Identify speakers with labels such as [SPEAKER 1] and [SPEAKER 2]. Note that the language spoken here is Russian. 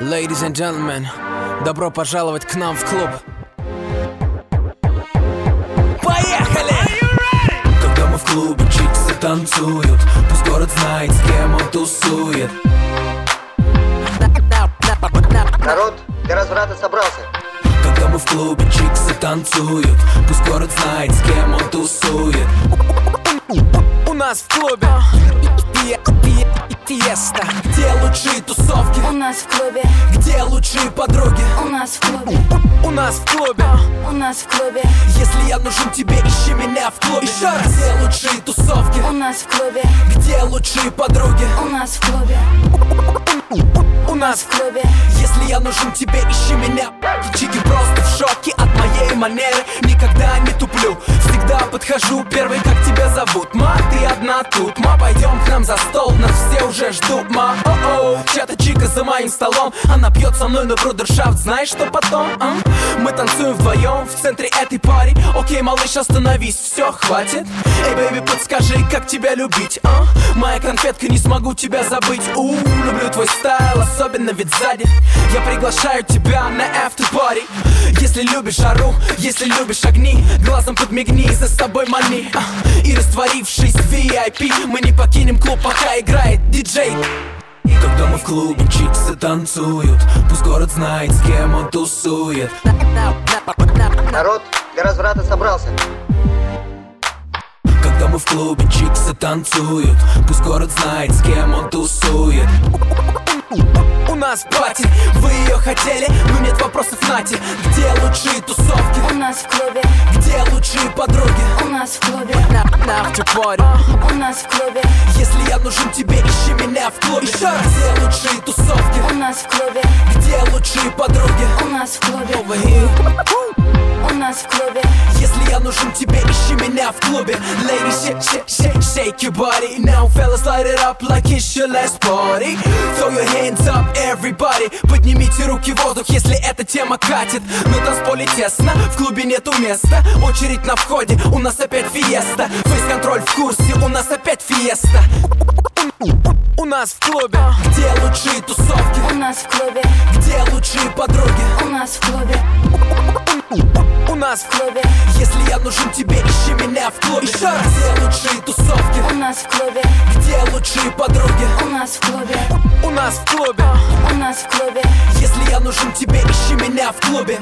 [SPEAKER 1] Ladies and gentlemen, добро пожаловать к нам в клуб. Поехали!
[SPEAKER 2] Когда мы в клубе, чиксы танцуют Пусть город знает, с кем он тусует
[SPEAKER 3] Народ для разврата собрался.
[SPEAKER 2] Когда мы в клубе, чиксы танцуют Пусть город знает, с кем он тусует
[SPEAKER 1] У нас в клубе фе- фе- фиеста.
[SPEAKER 2] Где лучшие тусовки,
[SPEAKER 4] У нас в клубе,
[SPEAKER 2] где лучшие подруги
[SPEAKER 4] у нас в клубе,
[SPEAKER 1] У нас в клубе
[SPEAKER 4] у нас в клубе,
[SPEAKER 2] Если я нужен тебе, ищи меня в клубе Еще раз Где лучшие тусовки,
[SPEAKER 4] у нас в клубе,
[SPEAKER 2] где лучшие подруги
[SPEAKER 4] у нас в клубе,
[SPEAKER 1] У нас в
[SPEAKER 4] в клубе,
[SPEAKER 2] Если я нужен тебе, ищи меня Чики просто в шоке от моей манеры Никогда не туплю, всегда подхожу Первый, как тебя зовут, ма, ты одна тут Ма, пойдем к нам за стол, нас все уже ждут, ма о чья-то чика за моим столом Она пьет со мной на брудершафт, знаешь, что потом, а? Мы танцуем вдвоем в центре этой пари Окей, малыш, остановись, все, хватит Эй, бэйби, подскажи, как тебя любить, а? Моя конфетка, не смогу тебя забыть У, люблю твой стайл, особенно ведь сзади Я приглашаю тебя на after party Если любишь жару, если любишь огни Глазом подмигни, за собой мани а? И растворившись в VIP Мы не покинем клуб, пока играет диджей когда мы в клубе чиксы танцуют Пусть город знает, с кем он тусует
[SPEAKER 3] Народ для разврата собрался.
[SPEAKER 2] Когда мы в клубе чиксы танцуют Пусть город знает, с кем он тусует У нас пати, вы ее хотели, но нет вопросов нате Где лучшие тусовки,
[SPEAKER 4] у нас в клубе,
[SPEAKER 2] где лучшие подруги
[SPEAKER 4] у нас в клубе,
[SPEAKER 1] after party.
[SPEAKER 4] у нас в клубе,
[SPEAKER 2] Если я нужен тебе, ищи меня в клубе Еще раз, где лучшие тусовки,
[SPEAKER 4] у нас в клубе,
[SPEAKER 2] где лучшие подруги
[SPEAKER 4] у нас в клубе,
[SPEAKER 2] Новые.
[SPEAKER 4] у нас в клубе,
[SPEAKER 2] Если я нужен тебе, ищи меня в клубе Lady, shake, shake, shake, shake your body Now fellas, light it up like it's your last party Throw your hands up, everybody Поднимите руки в воздух, если эта тема катит На танцполе тесно, в клубе нету места Очередь на входе, у нас опять фиеста Фейс-контроль в курсе, у нас опять фиеста
[SPEAKER 1] У нас в клубе
[SPEAKER 2] Где лучшие тусовки,
[SPEAKER 4] у нас в клубе,
[SPEAKER 2] где лучшие подруги
[SPEAKER 4] у нас в клубе,
[SPEAKER 1] У нас в
[SPEAKER 4] в клубе,
[SPEAKER 2] Если я нужен тебе, ищи меня в клубе Еще раз, где лучшие тусовки,
[SPEAKER 4] у нас в клубе,
[SPEAKER 2] где лучшие подруги
[SPEAKER 4] у нас в клубе,
[SPEAKER 1] у нас в клубе
[SPEAKER 4] у нас в клубе.
[SPEAKER 2] Если я нужен тебе, ищи меня в клубе